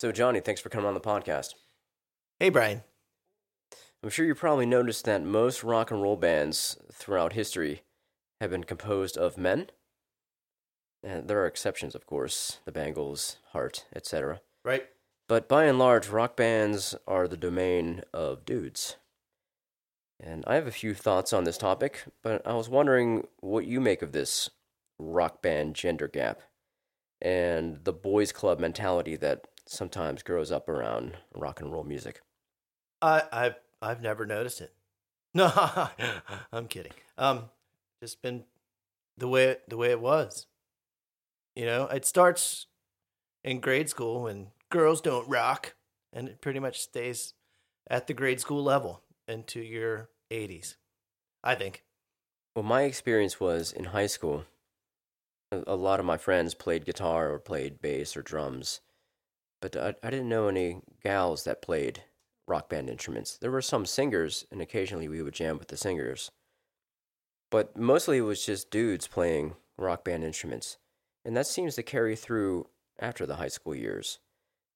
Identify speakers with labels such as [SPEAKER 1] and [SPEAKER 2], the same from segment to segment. [SPEAKER 1] So, Johnny, thanks for coming on the podcast.
[SPEAKER 2] Hey, Brian.
[SPEAKER 1] I'm sure you probably noticed that most rock and roll bands throughout history have been composed of men. And there are exceptions, of course, the Bangles, Heart, etc.
[SPEAKER 2] Right.
[SPEAKER 1] But by and large, rock bands are the domain of dudes. And I have a few thoughts on this topic, but I was wondering what you make of this rock band gender gap and the boys' club mentality that sometimes grows up around rock and roll music.
[SPEAKER 2] I I've I've never noticed it. No, I'm kidding. Um, just been the way it, the way it was. You know, it starts in grade school when girls don't rock, and it pretty much stays at the grade school level into your 80s. I think.
[SPEAKER 1] Well, my experience was in high school, a, a lot of my friends played guitar or played bass or drums, but I, I didn't know any gals that played rock band instruments. There were some singers, and occasionally we would jam with the singers. But mostly it was just dudes playing rock band instruments. And that seems to carry through after the high school years.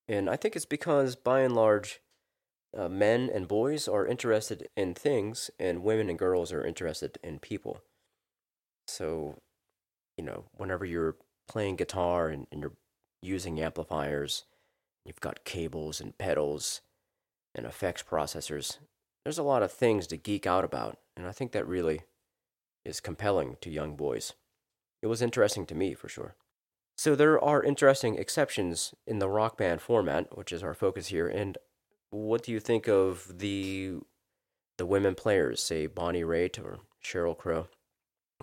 [SPEAKER 1] And I think it's because, by and large, uh, men and boys are interested in things, and women and girls are interested in people. So, you know, whenever you're playing guitar and, and you're using amplifiers, you've got cables and pedals, and effects processors. There's a lot of things to geek out about, and I think that really is compelling to young boys. It was interesting to me for sure. So there are interesting exceptions in the rock band format, which is our focus here. And what do you think of the the women players, say Bonnie Raitt or Cheryl Crow?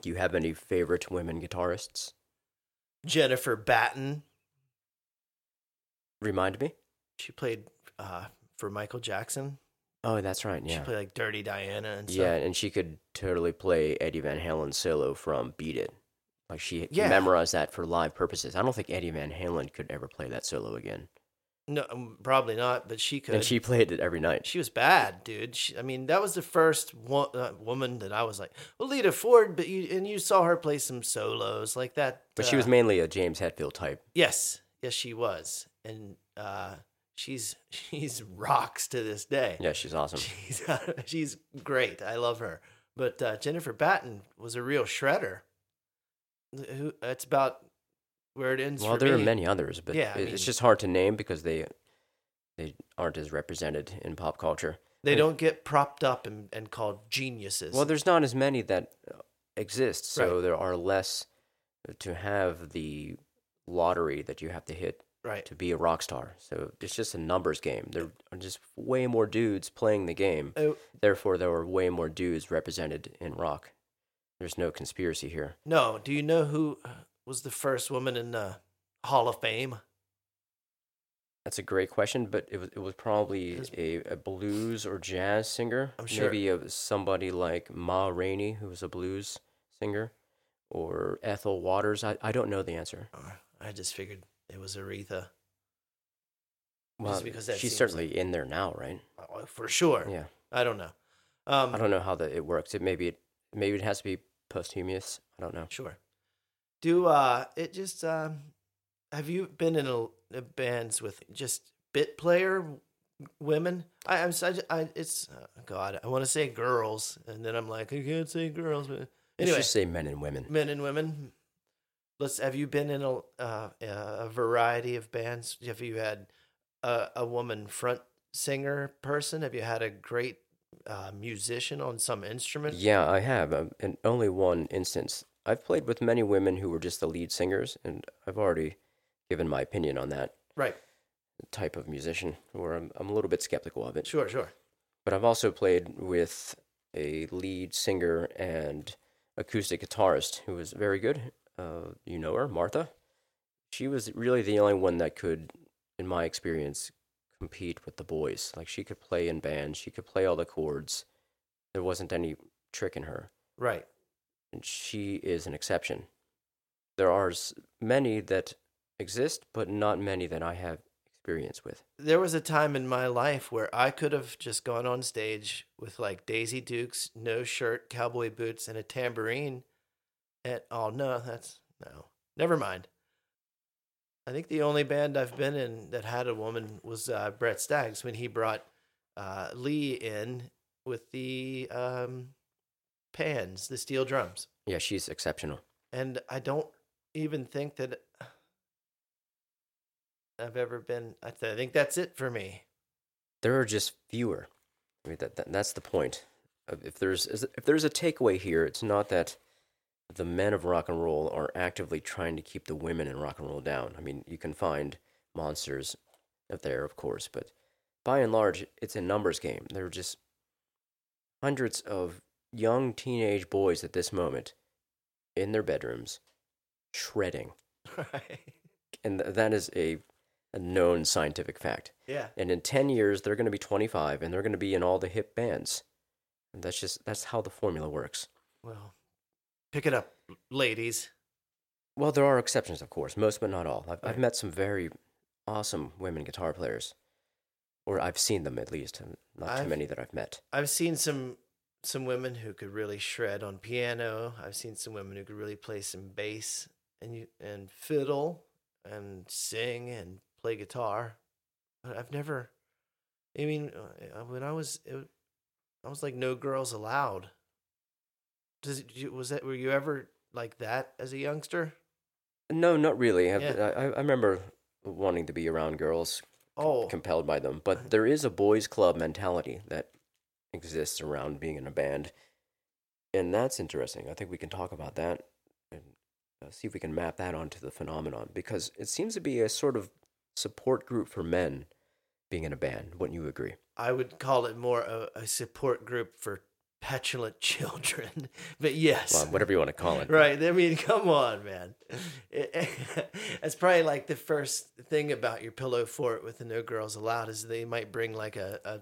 [SPEAKER 1] Do you have any favorite women guitarists?
[SPEAKER 2] Jennifer Batten.
[SPEAKER 1] Remind me.
[SPEAKER 2] She played uh, for Michael Jackson.
[SPEAKER 1] Oh, that's right. Yeah.
[SPEAKER 2] She played like Dirty Diana and stuff.
[SPEAKER 1] Yeah, and she could totally play Eddie Van Halen solo from Beat It. Like she
[SPEAKER 2] Yeah.
[SPEAKER 1] memorized that for live purposes. I don't think Eddie Van Halen could ever play that solo again.
[SPEAKER 2] No, um, probably not, but she could.
[SPEAKER 1] And she played it every night.
[SPEAKER 2] she was bad, dude. She, I mean, that was the first wo- uh, woman that I was like, well, Lita Ford, but you and you saw her play some solos like that.
[SPEAKER 1] But she
[SPEAKER 2] uh,
[SPEAKER 1] was mainly a James Hetfield type.
[SPEAKER 2] yes, yes, she was, and uh, she's she's rocks to this day.
[SPEAKER 1] Yeah, she's awesome.
[SPEAKER 2] She's she's great. I love her. But uh, Jennifer Batten was a real shredder. Who? That's about where it ends.
[SPEAKER 1] Well,
[SPEAKER 2] for
[SPEAKER 1] there are
[SPEAKER 2] me.
[SPEAKER 1] many others, but
[SPEAKER 2] Yeah, I
[SPEAKER 1] it-
[SPEAKER 2] mean-
[SPEAKER 1] it's just hard to name because they they aren't as represented in pop culture.
[SPEAKER 2] They don't get propped up and, and called geniuses.
[SPEAKER 1] Well, there's not as many that uh, exist, so there are less uh, to have the lottery that you have to hit
[SPEAKER 2] right.
[SPEAKER 1] to be a rock star. So it's just a numbers game. There are just way more dudes playing the game.
[SPEAKER 2] Oh,
[SPEAKER 1] Therefore, there were way more dudes represented in rock. There's no conspiracy here.
[SPEAKER 2] No, do you know who uh, was the first woman in the Hall of Fame?
[SPEAKER 1] That's a great question, but it was it was probably
[SPEAKER 2] Is-
[SPEAKER 1] a, a blues or jazz singer.
[SPEAKER 2] I'm sure.
[SPEAKER 1] Maybe a, somebody like Ma Rainey, who was a blues singer, or Ethel Waters. I, I don't know the answer.
[SPEAKER 2] Or I just figured it was Aretha.
[SPEAKER 1] Well,
[SPEAKER 2] because that
[SPEAKER 1] she's
[SPEAKER 2] seems
[SPEAKER 1] certainly in there now, right?
[SPEAKER 2] Oh, For sure.
[SPEAKER 1] Yeah.
[SPEAKER 2] I don't know.
[SPEAKER 1] I
[SPEAKER 2] Um,
[SPEAKER 1] don't know how that it works. It maybe it maybe it has to be posthumous. I don't know.
[SPEAKER 2] sure. Do uh, it just um, have you been in a, uh, bands with just bit player w- women? I, I'm such I it's uh, God. I want to say girls, and then I'm like I can't say girls, but
[SPEAKER 1] Let's
[SPEAKER 2] anyway, Mm-hmm.
[SPEAKER 1] just say men and women.
[SPEAKER 2] men and women. Let's. Have you been in a uh, a variety of bands? Have you had a, a woman front singer person? Have you had a great uh, musician on some instrument?
[SPEAKER 1] Yeah, I have, um, and only one instance. I've played with many women who were just the lead singers, and I've already given my opinion on that
[SPEAKER 2] Right.
[SPEAKER 1] type of musician, where I'm, I'm a little bit skeptical of it.
[SPEAKER 2] Sure. Sure.
[SPEAKER 1] But I've also played with a lead singer and acoustic guitarist who was very good. Uh, you know her, Martha. She was really the only one that could, in my experience, compete with the boys. Like she could play in bands, she could play all the chords. There wasn't any trick in her
[SPEAKER 2] Right.
[SPEAKER 1] and she is an exception. There are s- many that exist, but not many that I have experience with.
[SPEAKER 2] There was a time in my life where I could have just gone on stage with like Daisy Dukes, no shirt, cowboy boots, and a tambourine. And oh no, that's no. Never mind. I think the only band I've been in that had a woman was uh, Brett Staggs when he brought uh, Lee in with the um, pans, the steel drums.
[SPEAKER 1] Yeah, she's exceptional.
[SPEAKER 2] And I don't even think that I've ever been. I, th- I think that's it for me.
[SPEAKER 1] There are just fewer. I mean, that, that that's the point. Uh, If there's is- if there's a takeaway here, it's not that the men of rock and roll are actively trying to keep the women in rock and roll down. I mean, you can find monsters out there, of course, but by and large, it's a numbers game. There are just hundreds of young teenage boys at this moment in their bedrooms shredding,
[SPEAKER 2] Right.
[SPEAKER 1] and th- that is a, a known scientific fact.
[SPEAKER 2] Yeah.
[SPEAKER 1] and in 10 years they're going to be 25 and they're going to be in all the hip bands and that's just that's how the formula works
[SPEAKER 2] Well, pick it up, ladies.
[SPEAKER 1] well there are exceptions of course most but not all i've, I've
[SPEAKER 2] Right.
[SPEAKER 1] met some very awesome women guitar players or i've seen them at least um, not
[SPEAKER 2] I've-
[SPEAKER 1] too many that i've met
[SPEAKER 2] I've seen some some women who could really shred on piano. I've seen some women who could really play some bass and you and fiddle and sing and play guitar. But I've never. I mean, uh, when I was, it, wa- I was like no girls allowed. Does it, you- was that were you ever like that as a youngster?
[SPEAKER 1] no not really I've-
[SPEAKER 2] Yeah.
[SPEAKER 1] I, I, I remember wanting to be around girls
[SPEAKER 2] Oh,
[SPEAKER 1] compelled by them but there is a boys club mentality that exists around being in a band and that's interesting i think we can talk about that and uh, see if we can map that onto the phenomenon because it seems to be a sort of support group for men being in a band wouldn't you agree
[SPEAKER 2] I would call it more a, a support group for petulant children. But yes,
[SPEAKER 1] well, whatever you want to call it
[SPEAKER 2] Right. I mean, come on, man. That's probably like the first thing about your pillow fort with the no girls allowed is they might bring like a, a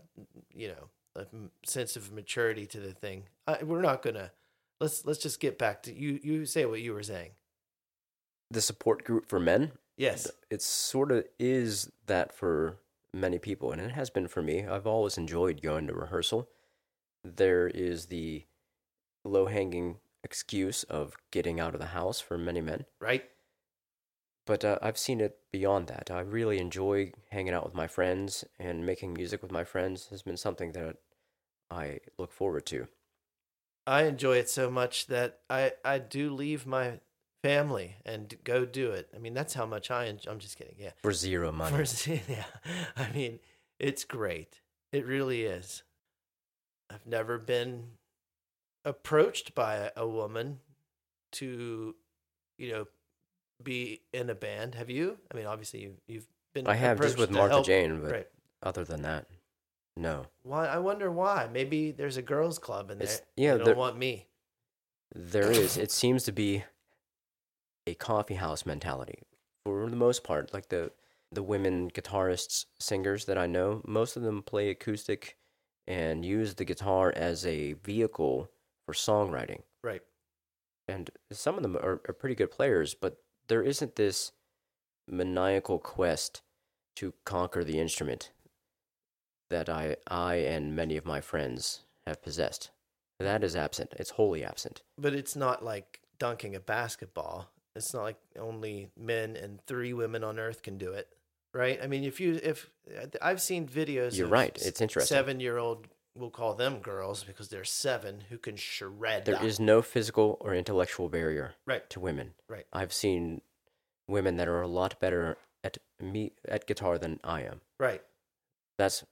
[SPEAKER 2] you know, a m- sense of maturity to the thing. I, we're not gonna. Let's let's just get back to you. You say what you were saying.
[SPEAKER 1] the support group for men
[SPEAKER 2] Yes.
[SPEAKER 1] it sort of is that for many people, and it has been for me. I've always enjoyed going to rehearsal. There is the low hanging excuse of getting out of the house for many men,
[SPEAKER 2] Right.
[SPEAKER 1] but uh, I've seen it beyond that. I really enjoy hanging out with my friends, and making music with my friends has been something that I look forward to.
[SPEAKER 2] I enjoy it so much that I I do leave my family and go do it. I mean, that's how much I. En- I'm just kidding. Yeah.
[SPEAKER 1] For zero money.
[SPEAKER 2] First- yeah. I mean, it's great. It really is. I've never been approached by a, a woman to, you know, be in a band. Have you? I mean, obviously you you've been.
[SPEAKER 1] I have just
[SPEAKER 2] approached
[SPEAKER 1] with
[SPEAKER 2] to
[SPEAKER 1] Martha
[SPEAKER 2] help-
[SPEAKER 1] Jane, but
[SPEAKER 2] Right.
[SPEAKER 1] other than that, no.
[SPEAKER 2] Why? I wonder why. Maybe there's a girls' club in
[SPEAKER 1] It's-
[SPEAKER 2] there.
[SPEAKER 1] yeah,
[SPEAKER 2] They
[SPEAKER 1] there-
[SPEAKER 2] don't want me.
[SPEAKER 1] There is. It seems to be a coffee house mentality for the most part. Like the the women guitarists, singers that I know, most of them play acoustic and use the guitar as a vehicle for songwriting.
[SPEAKER 2] Right.
[SPEAKER 1] And some of them are, are pretty good players, but there isn't this maniacal quest to conquer the instrument that I I and many of my friends have possessed. That is absent. It's wholly absent.
[SPEAKER 2] But it's not like dunking a basketball. It's not like only men and three women on earth can do it, right? I mean, if you if I've seen videos,
[SPEAKER 1] You're
[SPEAKER 2] of
[SPEAKER 1] right. It's interesting.
[SPEAKER 2] Seven year old, we'll call them girls because they're seven who can shred.
[SPEAKER 1] There
[SPEAKER 2] up.
[SPEAKER 1] is no physical or intellectual barrier
[SPEAKER 2] Right.
[SPEAKER 1] to women.
[SPEAKER 2] Right.
[SPEAKER 1] I've seen women that are a lot better at me at guitar than I am.
[SPEAKER 2] right,
[SPEAKER 1] That's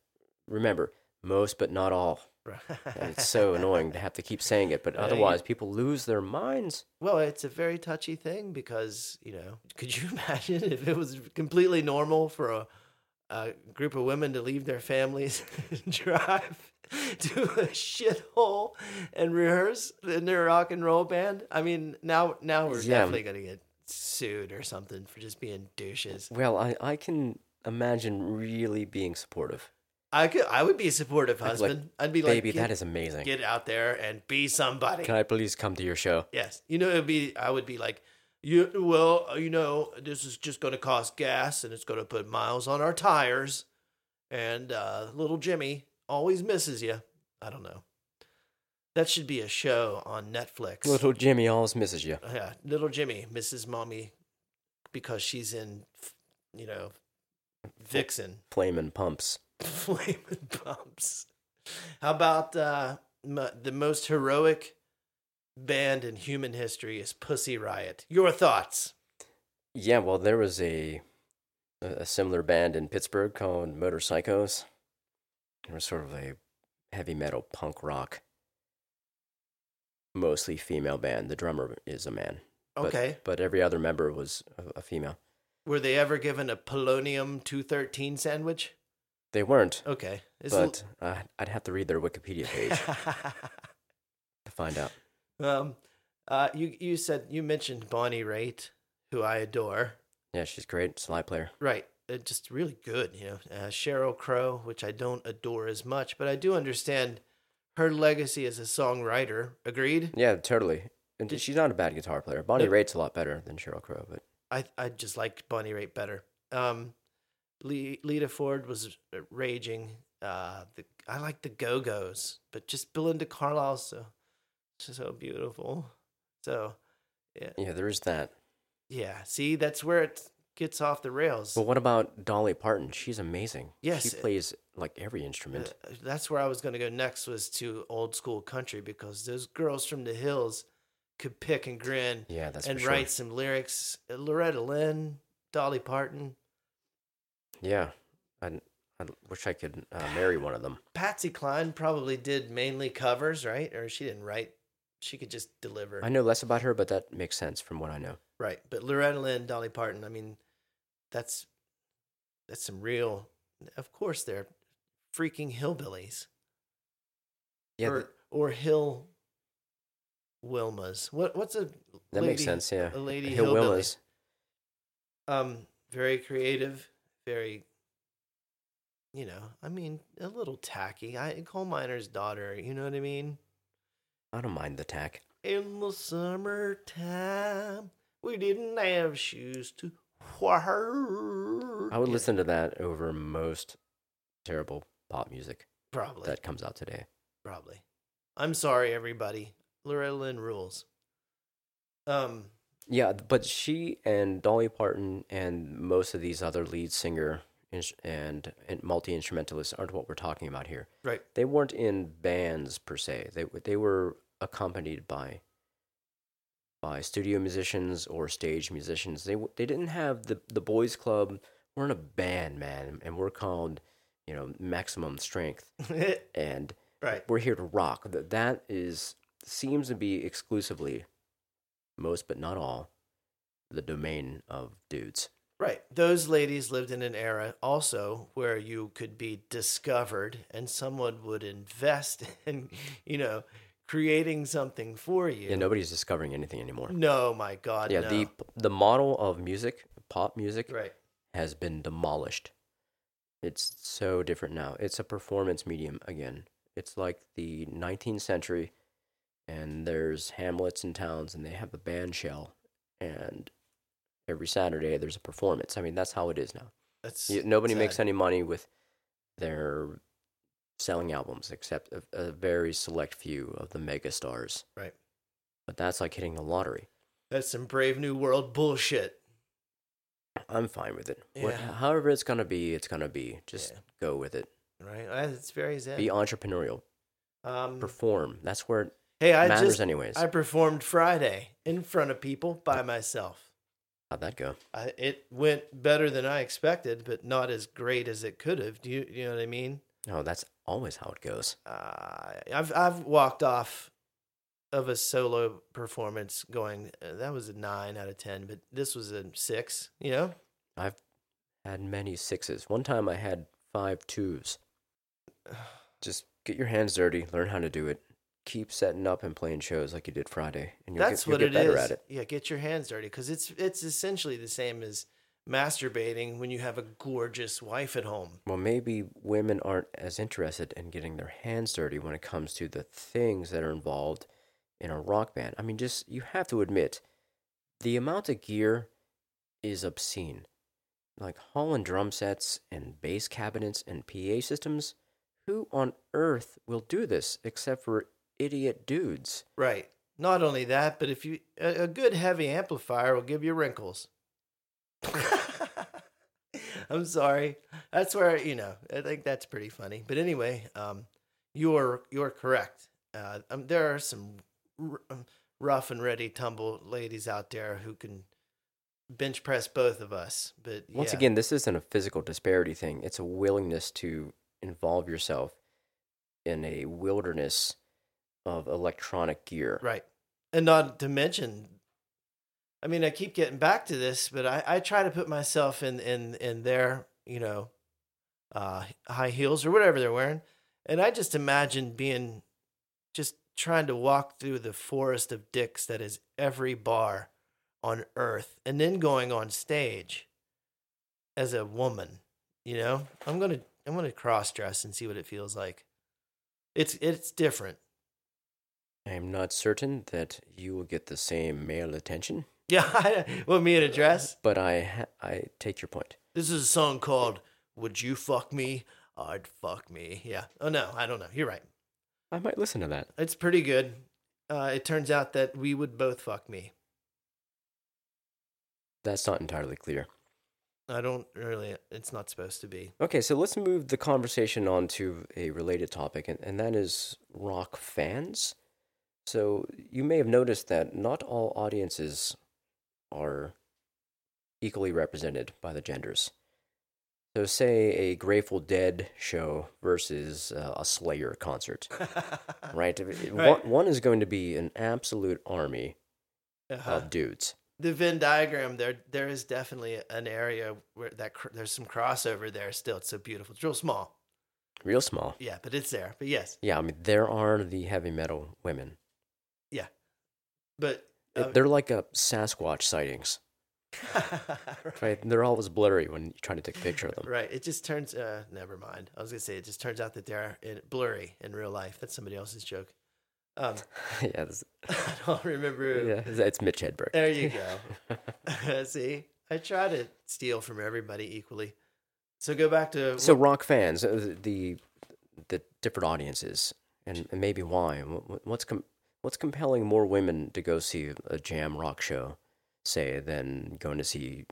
[SPEAKER 1] remember, most but not all.
[SPEAKER 2] right.
[SPEAKER 1] And it's so annoying to have to keep saying it, but
[SPEAKER 2] Yeah, you-
[SPEAKER 1] otherwise people lose their minds.
[SPEAKER 2] Well, it's a very touchy thing because you know, could you imagine if it was completely normal for a, a group of women to leave their families and drive to a shithole and rehearse in their rock and roll band? I mean, now now we're
[SPEAKER 1] Yeah.
[SPEAKER 2] definitely gonna get sued or something for just being douches.
[SPEAKER 1] Well, I, I can imagine really being supportive.
[SPEAKER 2] I could, I would be a supportive
[SPEAKER 1] I'd be like,
[SPEAKER 2] husband. I'd be like,
[SPEAKER 1] Baby,
[SPEAKER 2] get,
[SPEAKER 1] that is amazing.
[SPEAKER 2] get out there and be somebody.
[SPEAKER 1] Can I please come to your show?
[SPEAKER 2] Yes. You know, it'd be, I would be like, you, well, you know, this is just going to cost gas and it's going to put miles on our tires. And uh, little Jimmy always misses you. I don't know. That should be a show on Netflix.
[SPEAKER 1] Little Jimmy always misses you.
[SPEAKER 2] yeah. Little Jimmy misses mommy because she's in f- you know, Vixen,
[SPEAKER 1] Flamin' pumps.
[SPEAKER 2] Flaming Pumps. How about uh, m- the most heroic band in human history is Pussy Riot? Your thoughts?
[SPEAKER 1] Yeah, well, there was a a a similar band in Pittsburgh called Motor Psychos. They were sort of a heavy metal punk rock, mostly female band. The drummer is a man, But-
[SPEAKER 2] Okay.
[SPEAKER 1] but every other member was a, a female.
[SPEAKER 2] Were they ever given a polonium 213 sandwich?
[SPEAKER 1] They weren't,
[SPEAKER 2] Okay. It's a-
[SPEAKER 1] but uh, I'd have to read their Wikipedia page to find out.
[SPEAKER 2] um, uh, you you said you mentioned Bonnie Raitt, who I adore.
[SPEAKER 1] Yeah, she's great, slide player.
[SPEAKER 2] Right, uh, just really good. You know, uh, Cheryl Crow, which I don't adore as much, but I do understand her legacy as a songwriter. Agreed.
[SPEAKER 1] Yeah, totally. And
[SPEAKER 2] Did-
[SPEAKER 1] she's not a bad guitar player. Bonnie
[SPEAKER 2] No.
[SPEAKER 1] Raitt's a lot better than Cheryl Crow, but
[SPEAKER 2] I I just liked Bonnie Raitt better. Um, Le- Lita Ford was uh, raging. Uh, the, I like the Go Go's, but just Belinda Carlisle so so beautiful. So
[SPEAKER 1] yeah, there is that.
[SPEAKER 2] yeah, see, that's where it gets off the rails.
[SPEAKER 1] But what about Dolly Parton? She's amazing.
[SPEAKER 2] Yes,
[SPEAKER 1] she
[SPEAKER 2] it-
[SPEAKER 1] plays like every instrument.
[SPEAKER 2] Uh, that's where I was going to go next was to old school country because those girls from the hills could pick and grin
[SPEAKER 1] yeah, that's
[SPEAKER 2] and
[SPEAKER 1] for sure.
[SPEAKER 2] write some lyrics. Uh, Loretta Lynn, Dolly Parton,
[SPEAKER 1] Yeah, I I wish I could uh, marry one of them.
[SPEAKER 2] Patsy Cline probably did mainly covers, right? Or she didn't write. She could just deliver.
[SPEAKER 1] I know less about her, but that makes sense from what I know.
[SPEAKER 2] Right. But Loretta Lynn, Dolly Parton, I mean, that's that's some real of course they're freaking hillbillies.
[SPEAKER 1] Yeah,
[SPEAKER 2] or
[SPEAKER 1] th-
[SPEAKER 2] or Hill Wilmas. What what's a
[SPEAKER 1] that makes
[SPEAKER 2] lady-
[SPEAKER 1] sense. Yeah,
[SPEAKER 2] a lady
[SPEAKER 1] Hill
[SPEAKER 2] hillbilly.
[SPEAKER 1] Willis.
[SPEAKER 2] Um, very creative, very. You know, I mean, a little tacky. I coal miner's daughter. You know what I mean?
[SPEAKER 1] I don't mind the tack.
[SPEAKER 2] In the summertime, we didn't have shoes to wear.
[SPEAKER 1] I would
[SPEAKER 2] Yeah,
[SPEAKER 1] listen to that over most terrible pop music
[SPEAKER 2] Probably,
[SPEAKER 1] that comes out today.
[SPEAKER 2] probably. I'm sorry, everybody. Loretta Lynn rules. Um,
[SPEAKER 1] Yeah, but she and Dolly Parton and most of these other lead singer ins- and, and multi instrumentalists aren't what we're talking about here.
[SPEAKER 2] right.
[SPEAKER 1] They weren't in bands per se. They w- they were accompanied by by studio musicians or stage musicians. They w- they didn't have the the boys club. We're in a band, man, and we're called you know Maximum Strength, and
[SPEAKER 2] right.
[SPEAKER 1] we're here to rock. That that is seems to be exclusively most, but not all, the domain of dudes.
[SPEAKER 2] Right. Those ladies lived in an era also where you could be discovered and someone would invest in, you know, creating something for you.
[SPEAKER 1] Yeah, nobody's discovering anything anymore.
[SPEAKER 2] no, my God.
[SPEAKER 1] yeah,
[SPEAKER 2] no.
[SPEAKER 1] the the model of music, pop music,
[SPEAKER 2] Right.
[SPEAKER 1] has been demolished. It's so different now. It's a performance medium again. It's like the 19th century, and there's hamlets and towns, and they have a band shell, and every Saturday there's a performance. I mean, that's how it is now.
[SPEAKER 2] That's
[SPEAKER 1] You- Nobody makes
[SPEAKER 2] sad.
[SPEAKER 1] any money with their selling albums, except a, a very select few of the megastars.
[SPEAKER 2] Right.
[SPEAKER 1] But that's like hitting the lottery.
[SPEAKER 2] That's some brave new world bullshit.
[SPEAKER 1] I'm fine with it. What,
[SPEAKER 2] Yeah.
[SPEAKER 1] however, it's gonna be, it's gonna be. Just
[SPEAKER 2] Yeah.
[SPEAKER 1] go with it.
[SPEAKER 2] Right. Uh, It's very zen.
[SPEAKER 1] Be entrepreneurial.
[SPEAKER 2] um,
[SPEAKER 1] Perform. That's where it
[SPEAKER 2] hey, I
[SPEAKER 1] matters,
[SPEAKER 2] just
[SPEAKER 1] anyways.
[SPEAKER 2] I performed Friday in front of people by myself.
[SPEAKER 1] How'd that go?
[SPEAKER 2] I, it went better than I expected, but not as great as it could have. Do you, you know what I mean?
[SPEAKER 1] No, Oh, that's always how it goes.
[SPEAKER 2] uh, I've I've walked off of a solo performance going uh, that was a nine out of ten, but this was a six. You know,
[SPEAKER 1] I've had many sixes. One time I had five twos. Just get your hands dirty, learn how to do it. Keep setting up and playing shows like you did Friday, and you'll
[SPEAKER 2] that's
[SPEAKER 1] get,
[SPEAKER 2] what
[SPEAKER 1] you'll
[SPEAKER 2] it
[SPEAKER 1] get better
[SPEAKER 2] is.
[SPEAKER 1] at it.
[SPEAKER 2] Yeah, get your hands dirty because it's it's essentially the same as masturbating when you have a gorgeous wife at home.
[SPEAKER 1] Well, maybe women aren't as interested in getting their hands dirty when it comes to the things that are involved in a rock band. I mean, just you have to admit, the amount of gear is obscene. Like hauling drum sets and bass cabinets and PA systems. Who on earth will do this except for idiot dudes?
[SPEAKER 2] Right. Not only that, but if you a, a good heavy amplifier will give you wrinkles. I'm sorry. That's where you know. I think that's pretty funny. But anyway, um, you are you are correct. Uh, um, there are some r- um, rough and ready tumble ladies out there who can bench press both of us. But
[SPEAKER 1] Once
[SPEAKER 2] yeah.
[SPEAKER 1] again, this isn't a physical disparity thing. It's a willingness to involve yourself in a wilderness of electronic gear.
[SPEAKER 2] Right. And not to mention, I mean, I keep getting back to this, but I, I try to put myself in, in, in their, you know, uh, high heels or whatever they're wearing. And I just imagine being just trying to walk through the forest of dicks that is every bar on earth and then going on stage as a woman, you know, I'm going to, I'm going to cross dress and see what it feels like. It's, it's different.
[SPEAKER 1] I am not certain that you will get the same male attention,
[SPEAKER 2] Yeah, I, well, me in a dress.
[SPEAKER 1] but I ha- I take your point.
[SPEAKER 2] This is a song called "Would You Fuck Me?" I'd fuck me. Yeah. Oh no, I don't know. You're right.
[SPEAKER 1] I might listen to that.
[SPEAKER 2] It's pretty good. Uh, it turns out that we would both fuck me.
[SPEAKER 1] That's not entirely clear.
[SPEAKER 2] I don't really. It's not supposed to be.
[SPEAKER 1] Okay, so let's move the conversation on to a related topic, and, and that is rock fans. So you may have noticed that not all audiences are equally represented by the genders. So, say a Grateful Dead show versus uh, a Slayer concert, right? If- if
[SPEAKER 2] Right.
[SPEAKER 1] One, one is going to be an absolute army
[SPEAKER 2] Uh-huh.
[SPEAKER 1] of dudes.
[SPEAKER 2] The Venn diagram there. There is definitely an area where that cr- there's some crossover there. Still, it's so beautiful. It's real small.
[SPEAKER 1] Real small.
[SPEAKER 2] Yeah, but it's there. But yes,
[SPEAKER 1] Yeah, I mean, there are the heavy metal women.
[SPEAKER 2] but uh,
[SPEAKER 1] It- They're like a Sasquatch sightings. Right? They're always blurry when you're trying to take a picture of them.
[SPEAKER 2] Right. It just turns. Uh, never mind. I was gonna say it just turns out that they're in, blurry in real life. That's somebody else's joke. Um,
[SPEAKER 1] yeah, that's,
[SPEAKER 2] I don't remember. who-
[SPEAKER 1] yeah, it's Mitch Hedberg.
[SPEAKER 2] There you go. See, I try to steal from everybody equally. So go back to
[SPEAKER 1] so rock fans, uh, the the different audiences, and, and maybe why? What- What's com- what's compelling more women to go see a jam rock show, say, than going to see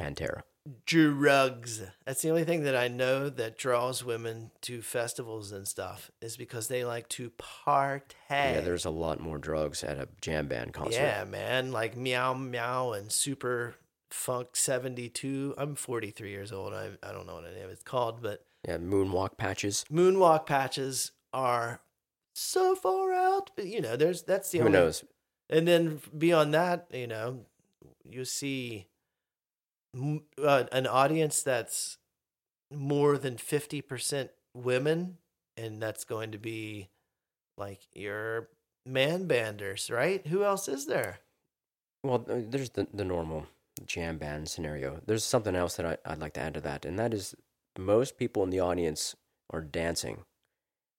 [SPEAKER 1] Pantera?
[SPEAKER 2] drugs. That's the only thing that I know that draws women to festivals and stuff is because they like to party.
[SPEAKER 1] Yeah, there's a lot more drugs at a jam band concert.
[SPEAKER 2] Yeah, man. Like meow meow and super funk 72. I'm 43 years old. I, I don't know what any of it's called, but
[SPEAKER 1] yeah, moonwalk patches.
[SPEAKER 2] moonwalk patches are so far out. But, you know, there's that's the
[SPEAKER 1] Who
[SPEAKER 2] only.
[SPEAKER 1] knows?
[SPEAKER 2] And then beyond that, you know, you see m- uh, an audience that's more than 50% women, and that's going to be like your man banders, right? Who else is there?
[SPEAKER 1] Well, th- there's the, the normal jam band scenario. There's something else that I, I'd like to add to that, and that is most people in the audience are dancing,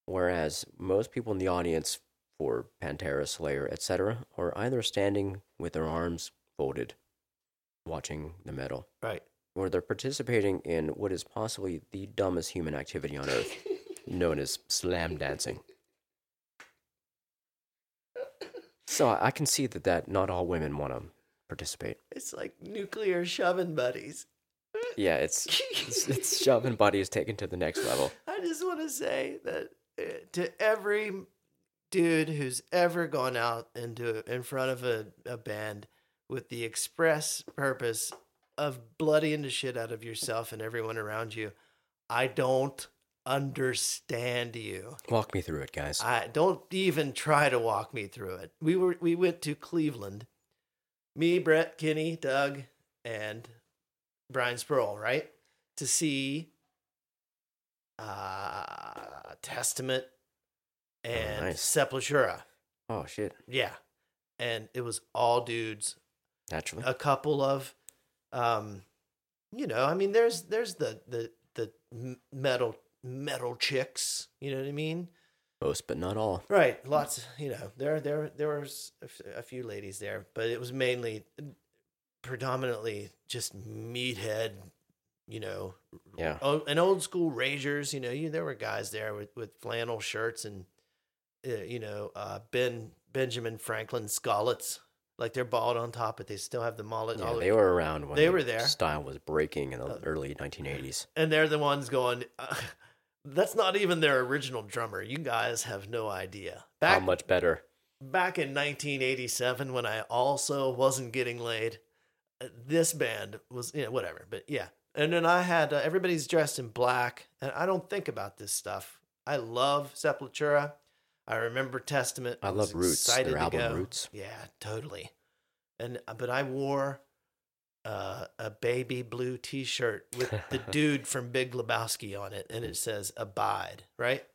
[SPEAKER 1] whereas most people in the audience for Pantera, Slayer, etc., are either standing with their arms folded, watching the metal,
[SPEAKER 2] Right.
[SPEAKER 1] or they're participating in what is possibly the dumbest human activity on earth, known as slam dancing. So I I can see that, that not all women want to participate.
[SPEAKER 2] It's like nuclear shoving buddies.
[SPEAKER 1] Yeah, it's it's, it's shoving buddies taken to the next level.
[SPEAKER 2] I just want to say that uh, to every dude who's ever gone out into in front of a, a band with the express purpose of bloodying the shit out of yourself and everyone around you, I don't understand you.
[SPEAKER 1] Walk me through it, guys.
[SPEAKER 2] I don't even try to walk me through it. We were we went to Cleveland. Me, Brett, Kenny, Doug, and Brian Sproul, right? To see uh Testament and
[SPEAKER 1] nice.
[SPEAKER 2] Sepultura.
[SPEAKER 1] oh shit!
[SPEAKER 2] Yeah. And it was all dudes
[SPEAKER 1] Naturally,
[SPEAKER 2] a couple of um you know i mean there's there's the the the m- metal metal chicks you know what i mean
[SPEAKER 1] most but not all.
[SPEAKER 2] right lots you know there there there was a f- a few ladies there but it was mainly predominantly just meathead you know
[SPEAKER 1] Yeah,
[SPEAKER 2] oh, and old school ragers you know you there were guys there with with flannel shirts and uh, you know uh ben benjamin franklin scollets Like they're bald on top, but they still have the mullet.
[SPEAKER 1] Yeah,
[SPEAKER 2] all
[SPEAKER 1] they were around when
[SPEAKER 2] They
[SPEAKER 1] the
[SPEAKER 2] were there.
[SPEAKER 1] Style was breaking in the
[SPEAKER 2] Uh,
[SPEAKER 1] early 1980s.
[SPEAKER 2] and they're the ones going. Uh, that's not even their original drummer. You guys have no
[SPEAKER 1] How
[SPEAKER 2] idea. Back
[SPEAKER 1] much better?
[SPEAKER 2] back in 1987, when I also wasn't getting laid, uh, this band was you know whatever. But yeah, and then I had uh, everybody's dressed in black, and I don't think about this stuff. I love Sepultura. I remember Testament.
[SPEAKER 1] I
[SPEAKER 2] was
[SPEAKER 1] love Roots, their
[SPEAKER 2] excited to
[SPEAKER 1] album
[SPEAKER 2] go.
[SPEAKER 1] Roots.
[SPEAKER 2] Yeah, totally. And but I wore uh, a baby blue T-shirt with the dude from Big Lebowski on it, and it says "Abide," right?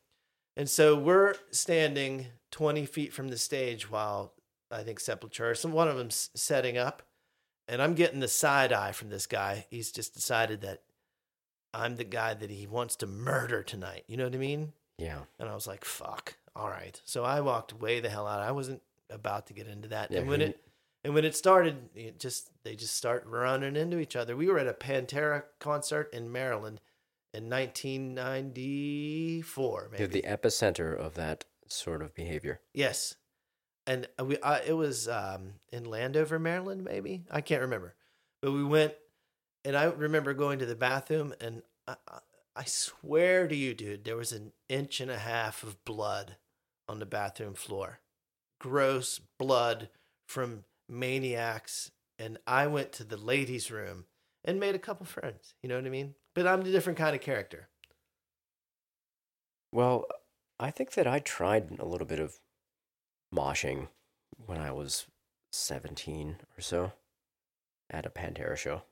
[SPEAKER 2] And so we're standing twenty feet from the stage while I think Sepultura, some one of them's setting up, and I'm getting the side eye from this guy. He's just decided that I'm the guy that he wants to murder tonight. You know what I mean?
[SPEAKER 1] Yeah.
[SPEAKER 2] And I was like, fuck. All right. So I walked way the hell out. I wasn't about to get into that.
[SPEAKER 1] Yeah,
[SPEAKER 2] and when
[SPEAKER 1] he-
[SPEAKER 2] it and when it started, it just they just start running into each other. We were at a Pantera concert in Maryland in 1994, maybe.
[SPEAKER 1] They're the epicenter of that sort of behavior.
[SPEAKER 2] Yes, and uh, we I, it was um, in Landover, Maryland, maybe I can't remember, but we went, and I remember going to the bathroom, and I, I- I swear to you, dude, there was an inch and a half of blood on the bathroom floor, gross blood from maniacs, and I went to the ladies' room and made a couple friends. You know what I mean? But I'm a different kind of character.
[SPEAKER 1] Well, I think that I tried a little bit of moshing when I was 17 or so at a Pantera show.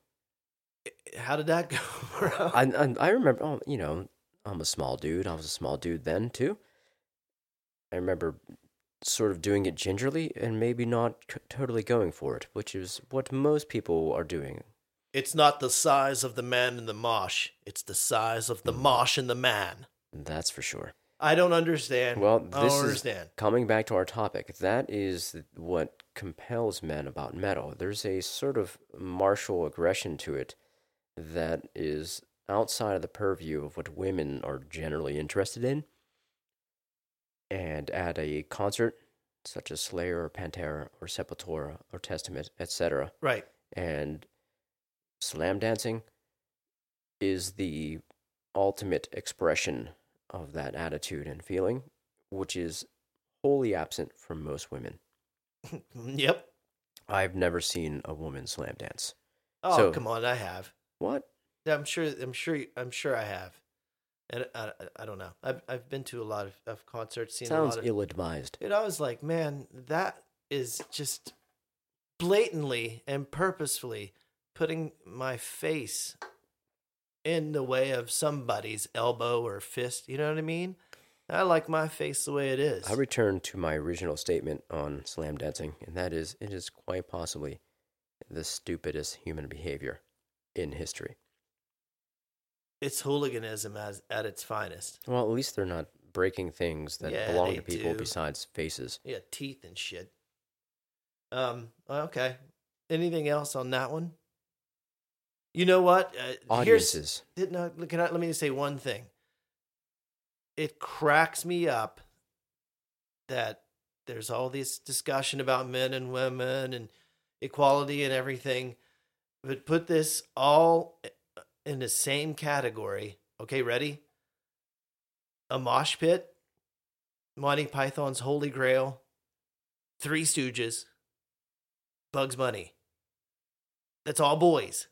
[SPEAKER 2] How did that go, bro?
[SPEAKER 1] I, I, I remember, oh, you know, I'm a small dude. I was a small dude then too. I remember sort of doing it gingerly and maybe not c- totally going for it, which is what most people are doing.
[SPEAKER 2] It's not the size of the man in the mosh. It's the size of
[SPEAKER 1] Hmm.
[SPEAKER 2] the mosh in the man.
[SPEAKER 1] That's for sure.
[SPEAKER 2] I don't understand.
[SPEAKER 1] Well,
[SPEAKER 2] I
[SPEAKER 1] this
[SPEAKER 2] don't
[SPEAKER 1] is
[SPEAKER 2] understand.
[SPEAKER 1] coming back to our topic. That is what compels men about metal. There's a sort of martial aggression to it that is outside of the purview of what women are generally interested in. And at a concert such as Slayer or Pantera or Sepultura or Testament, etc.,
[SPEAKER 2] Right.
[SPEAKER 1] and slam dancing is the ultimate expression of that attitude and feeling, which is wholly absent from most women.
[SPEAKER 2] Mm, Yep.
[SPEAKER 1] I've never seen a woman slam dance.
[SPEAKER 2] Oh,
[SPEAKER 1] So-
[SPEAKER 2] come on. I have.
[SPEAKER 1] What?
[SPEAKER 2] I'm sure. I'm sure. I'm sure I have. And I, I, I don't know. I've, I've been to a lot of, of concerts, seen
[SPEAKER 1] Sounds
[SPEAKER 2] a lot of.
[SPEAKER 1] ill advised.
[SPEAKER 2] And I was like, man, that is just blatantly and purposefully putting my face in the way of somebody's elbow or fist. You know what I mean? I like my face the way it is.
[SPEAKER 1] I return to my original statement on slam dancing, and that is it is quite possibly the stupidest human behavior in history.
[SPEAKER 2] it's hooliganism as at its finest.
[SPEAKER 1] Well, at least they're not breaking things that
[SPEAKER 2] Yeah,
[SPEAKER 1] belong
[SPEAKER 2] they
[SPEAKER 1] to people
[SPEAKER 2] do.
[SPEAKER 1] besides faces.
[SPEAKER 2] Yeah, teeth and shit. Um. Okay. Anything else on that one? You know what? Uh, here's
[SPEAKER 1] Audiences.
[SPEAKER 2] Did no, can I, let me just say one thing. It cracks me up that there's all this discussion about men and women and equality and everything, but put this all eh, in the same category. Okay, ready? A mosh pit, Monty Python's Holy Grail, Three Stooges, Bugs Bunny. That's all boys.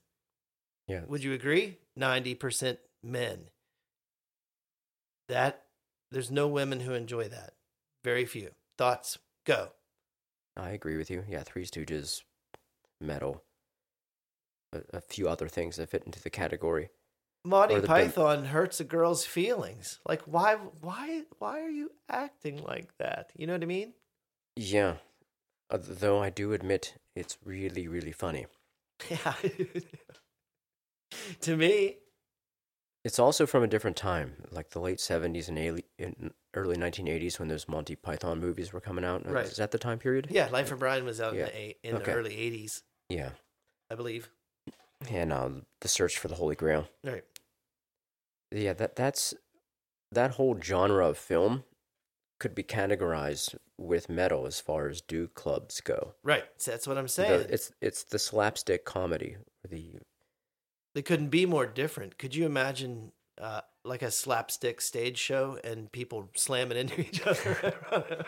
[SPEAKER 1] Yeah.
[SPEAKER 2] Would you agree? 90% men. That there's no women who enjoy that. Very few. Thoughts? Go.
[SPEAKER 1] I agree with you. Yeah, Three Stooges, metal, a, a few other things that fit into the category.
[SPEAKER 2] Monty
[SPEAKER 1] Or the ben-
[SPEAKER 2] Python hurts a girl's feelings. Like why why why are you acting like that? You know what I mean?
[SPEAKER 1] Yeah, uh, though I do admit it's really, really funny.
[SPEAKER 2] Yeah. to me,
[SPEAKER 1] It's also from a different time, like the late 70s and early, and early 1980s when those Monty Python movies were coming out. Uh,
[SPEAKER 2] Right.
[SPEAKER 1] Is that the time period?
[SPEAKER 2] yeah, Life of Brian was out in
[SPEAKER 1] Yeah.
[SPEAKER 2] the eight, in
[SPEAKER 1] Okay.
[SPEAKER 2] the early 80s,
[SPEAKER 1] Yeah.
[SPEAKER 2] I believe.
[SPEAKER 1] And uh, The Search for the Holy Grail.
[SPEAKER 2] Right.
[SPEAKER 1] yeah that that's that whole genre of film could be categorized with metal as far as do clubs go.
[SPEAKER 2] Right. So that's what I'm
[SPEAKER 1] The-
[SPEAKER 2] saying.
[SPEAKER 1] it's it's the slapstick comedy. The
[SPEAKER 2] they couldn't be more different. Could you imagine uh, like a slapstick stage show and people slamming into each other?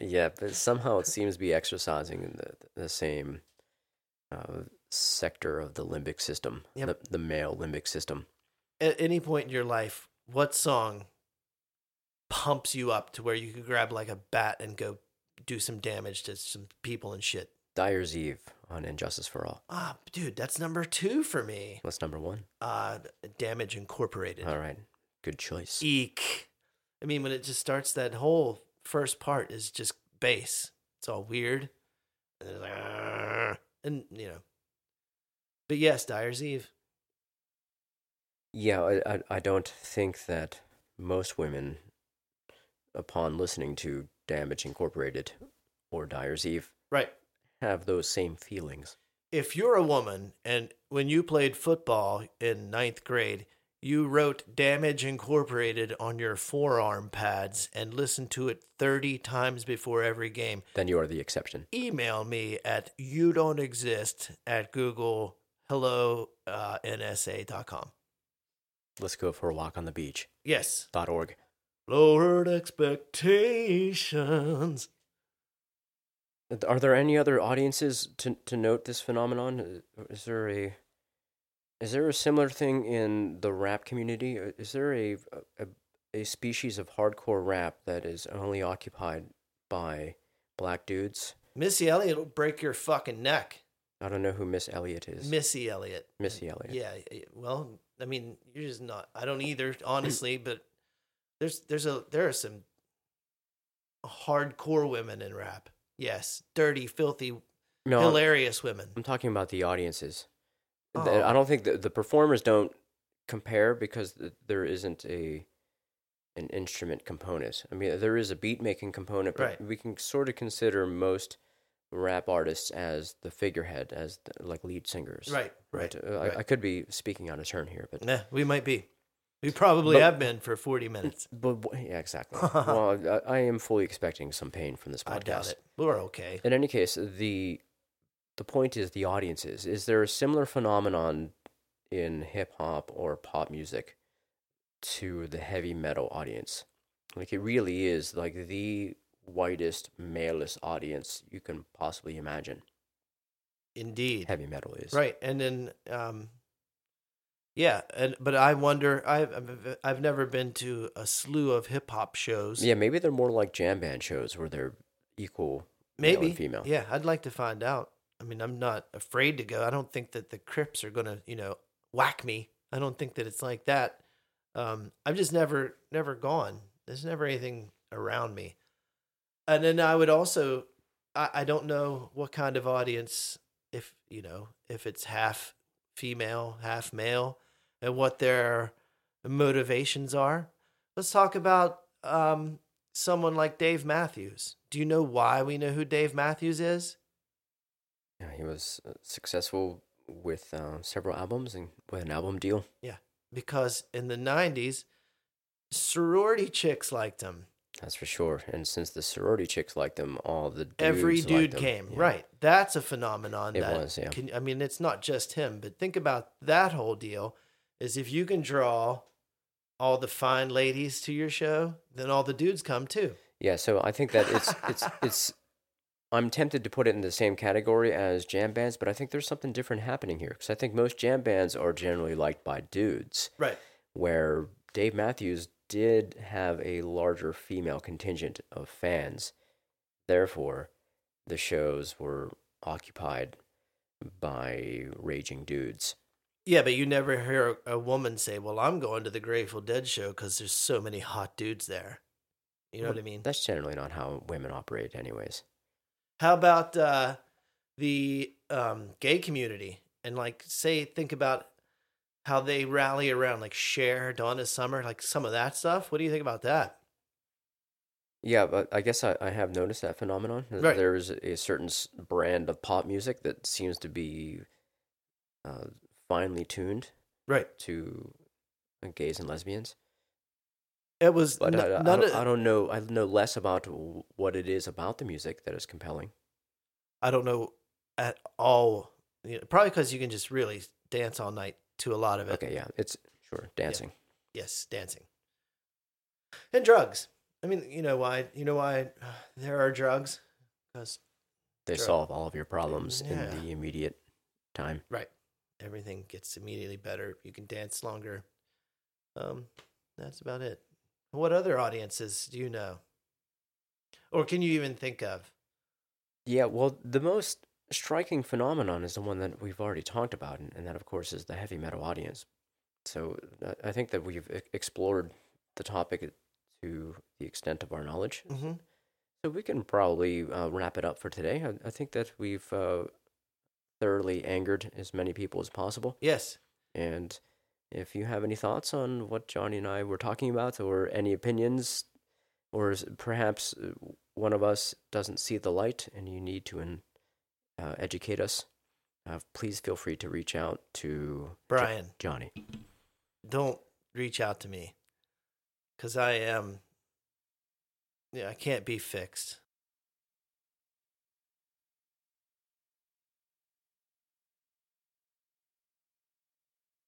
[SPEAKER 1] yeah, but somehow it seems to be exercising in the the same uh, sector of the limbic system,
[SPEAKER 2] Yep.
[SPEAKER 1] the, the male limbic system.
[SPEAKER 2] At any point in your life, what song pumps you up to where you could grab like a bat and go do some damage to some people and shit?
[SPEAKER 1] Dyer's Eve on Injustice for All.
[SPEAKER 2] Ah, dude, that's number two for me.
[SPEAKER 1] What's number one?
[SPEAKER 2] Uh, Damage Incorporated.
[SPEAKER 1] All right, good
[SPEAKER 2] E
[SPEAKER 1] choice.
[SPEAKER 2] Eek. I mean, when it just starts, that whole first part is just bass. It's all weird. And it's like, "Arrgh," and you know. But yes, Dyer's Eve.
[SPEAKER 1] Yeah, I, I I don't think that most women, upon listening to Damage Incorporated or Dyer's Eve,
[SPEAKER 2] Right.
[SPEAKER 1] have those same feelings.
[SPEAKER 2] If you're a woman and when you played football in ninth grade, you wrote Damage Incorporated on your forearm pads and listened to it 30 times before every game.
[SPEAKER 1] Then you are the exception.
[SPEAKER 2] email me at you don't exist at google hello uh, nsa.com
[SPEAKER 1] Let's go for a walk on the beach.
[SPEAKER 2] yes
[SPEAKER 1] Dot org.
[SPEAKER 2] lowered expectations
[SPEAKER 1] Are there any other audiences to to note this phenomenon? Uh, Is there a is there a similar thing in the rap community? Uh, Is there a a, a species of hardcore rap that is only occupied by black dudes?
[SPEAKER 2] missy elliott will break your fucking neck
[SPEAKER 1] I don't know who Miss Elliott is.
[SPEAKER 2] missy elliott
[SPEAKER 1] Missy Elliott.
[SPEAKER 2] yeah eh, well i mean you're just not i don't either honestly but there's there's a there are some hardcore women in rap yes dirty filthy
[SPEAKER 1] No, I'm-
[SPEAKER 2] hilarious women
[SPEAKER 1] I'm talking about the audiences. Th-
[SPEAKER 2] Oh.
[SPEAKER 1] I don't think the, the performers don't compare because th- there isn't a an instrument component. I mean, there is a beat making component, but
[SPEAKER 2] Right.
[SPEAKER 1] we can sort of consider most rap artists as the figurehead, as the, like lead singers.
[SPEAKER 2] right right
[SPEAKER 1] Uh, I, I could be speaking out of turn here, but
[SPEAKER 2] Yeah, we might be. We probably
[SPEAKER 1] But-
[SPEAKER 2] have been for 40 minutes.
[SPEAKER 1] but wh- yeah, exactly. well, I, I am fully expecting some pain from this podcast.
[SPEAKER 2] I doubt it. We're okay.
[SPEAKER 1] In any case, the the point is the audiences. Is there a similar phenomenon in hip hop or pop music to the heavy metal audience? Like it really is like the whitest, malest audience you can possibly imagine.
[SPEAKER 2] Indeed.
[SPEAKER 1] Heavy metal is
[SPEAKER 2] Right. And then, um, yeah. And but I wonder. I've I've- I've never been to a slew of hip hop shows.
[SPEAKER 1] Yeah, maybe they're more like jam band shows where they're equal. male
[SPEAKER 2] maybe
[SPEAKER 1] and female.
[SPEAKER 2] Yeah, I'd like to find out. I mean, I'm not afraid to go. I don't think that the Crips are gonna, you know, whack me. I don't think that it's like that. Um, I've just never, never gone. There's never anything around me. And then I would also, I, I don't know what kind of audience, if you know, if it's half female, half male, and what their motivations are. Let's talk about um, someone like Dave Matthews. Do you know why we know who Dave Matthews is?
[SPEAKER 1] Yeah, he was uh, successful with uh, several albums and with an album deal.
[SPEAKER 2] Because in the 90s, sorority chicks liked him.
[SPEAKER 1] That's for sure. And since the sorority chicks liked them, all the dudes
[SPEAKER 2] Every
[SPEAKER 1] liked
[SPEAKER 2] dude
[SPEAKER 1] them.
[SPEAKER 2] came.
[SPEAKER 1] Yeah.
[SPEAKER 2] Right. That's a phenomenon
[SPEAKER 1] It
[SPEAKER 2] that
[SPEAKER 1] was, yeah.
[SPEAKER 2] can I mean it's not just him, but think about that whole deal is if you can draw all the fine ladies to your show, then all the dudes come too.
[SPEAKER 1] Yeah, so I think that it's it's it's I'm tempted to put it in the same category as jam bands, but I think there's something different happening here because I think most jam bands are generally liked by dudes,
[SPEAKER 2] Right.
[SPEAKER 1] where Dave Matthews did have a larger female contingent of fans. Therefore, the shows were occupied by raging dudes.
[SPEAKER 2] Yeah, but you never hear a woman say, "Well, I'm going to the Grateful Dead show because there's so many hot dudes there." You know what I mean?
[SPEAKER 1] That's generally not how women operate, anyways.
[SPEAKER 2] How about uh, the um, gay community? And like, say, think about how they rally around like Cher, Donna Summer, like some of that stuff. What do you think about that?
[SPEAKER 1] Yeah, but I guess I, I have noticed that phenomenon. that
[SPEAKER 2] Right.
[SPEAKER 1] There is a certain s- brand of pop music that seems to be uh, finely tuned uh,
[SPEAKER 2] Right.
[SPEAKER 1] to gays and lesbians.
[SPEAKER 2] It was
[SPEAKER 1] But
[SPEAKER 2] n-
[SPEAKER 1] I, I,
[SPEAKER 2] none
[SPEAKER 1] don't,
[SPEAKER 2] of-
[SPEAKER 1] I don't know. I know less about w- what it is about the music that is compelling.
[SPEAKER 2] I don't know at all. You know, probably because you can just really dance all night to a lot of it.
[SPEAKER 1] Okay, yeah, it's sure dancing.
[SPEAKER 2] Yes, dancing. And drugs. I mean, you know why? You know why uh, there are drugs? Because
[SPEAKER 1] They
[SPEAKER 2] Sure.
[SPEAKER 1] solve all of your problems
[SPEAKER 2] Yeah.
[SPEAKER 1] in the immediate time.
[SPEAKER 2] everything gets immediately better. You can dance longer. Um, that's about it. What other audiences do you know? Or can you even think of?
[SPEAKER 1] Yeah, well, the most striking phenomenon is the one that we've already talked about, and, and that, of course, is the heavy metal audience. So uh, I think that we've e- explored the topic to the extent of our knowledge.
[SPEAKER 2] Mm-hmm.
[SPEAKER 1] So we can probably uh, wrap it up for today. I, I think that we've uh, thoroughly angered as many people as possible.
[SPEAKER 2] Yes.
[SPEAKER 1] And if you have any thoughts on what Johnny and I were talking about, or any opinions, or s- perhaps uh, one of us doesn't see the light and you need to en- uh, educate us, uh, please feel free to reach out to Jo-
[SPEAKER 2] Brian,
[SPEAKER 1] Johnny.
[SPEAKER 2] don't reach out to me because I am, yeah, I can't be fixed.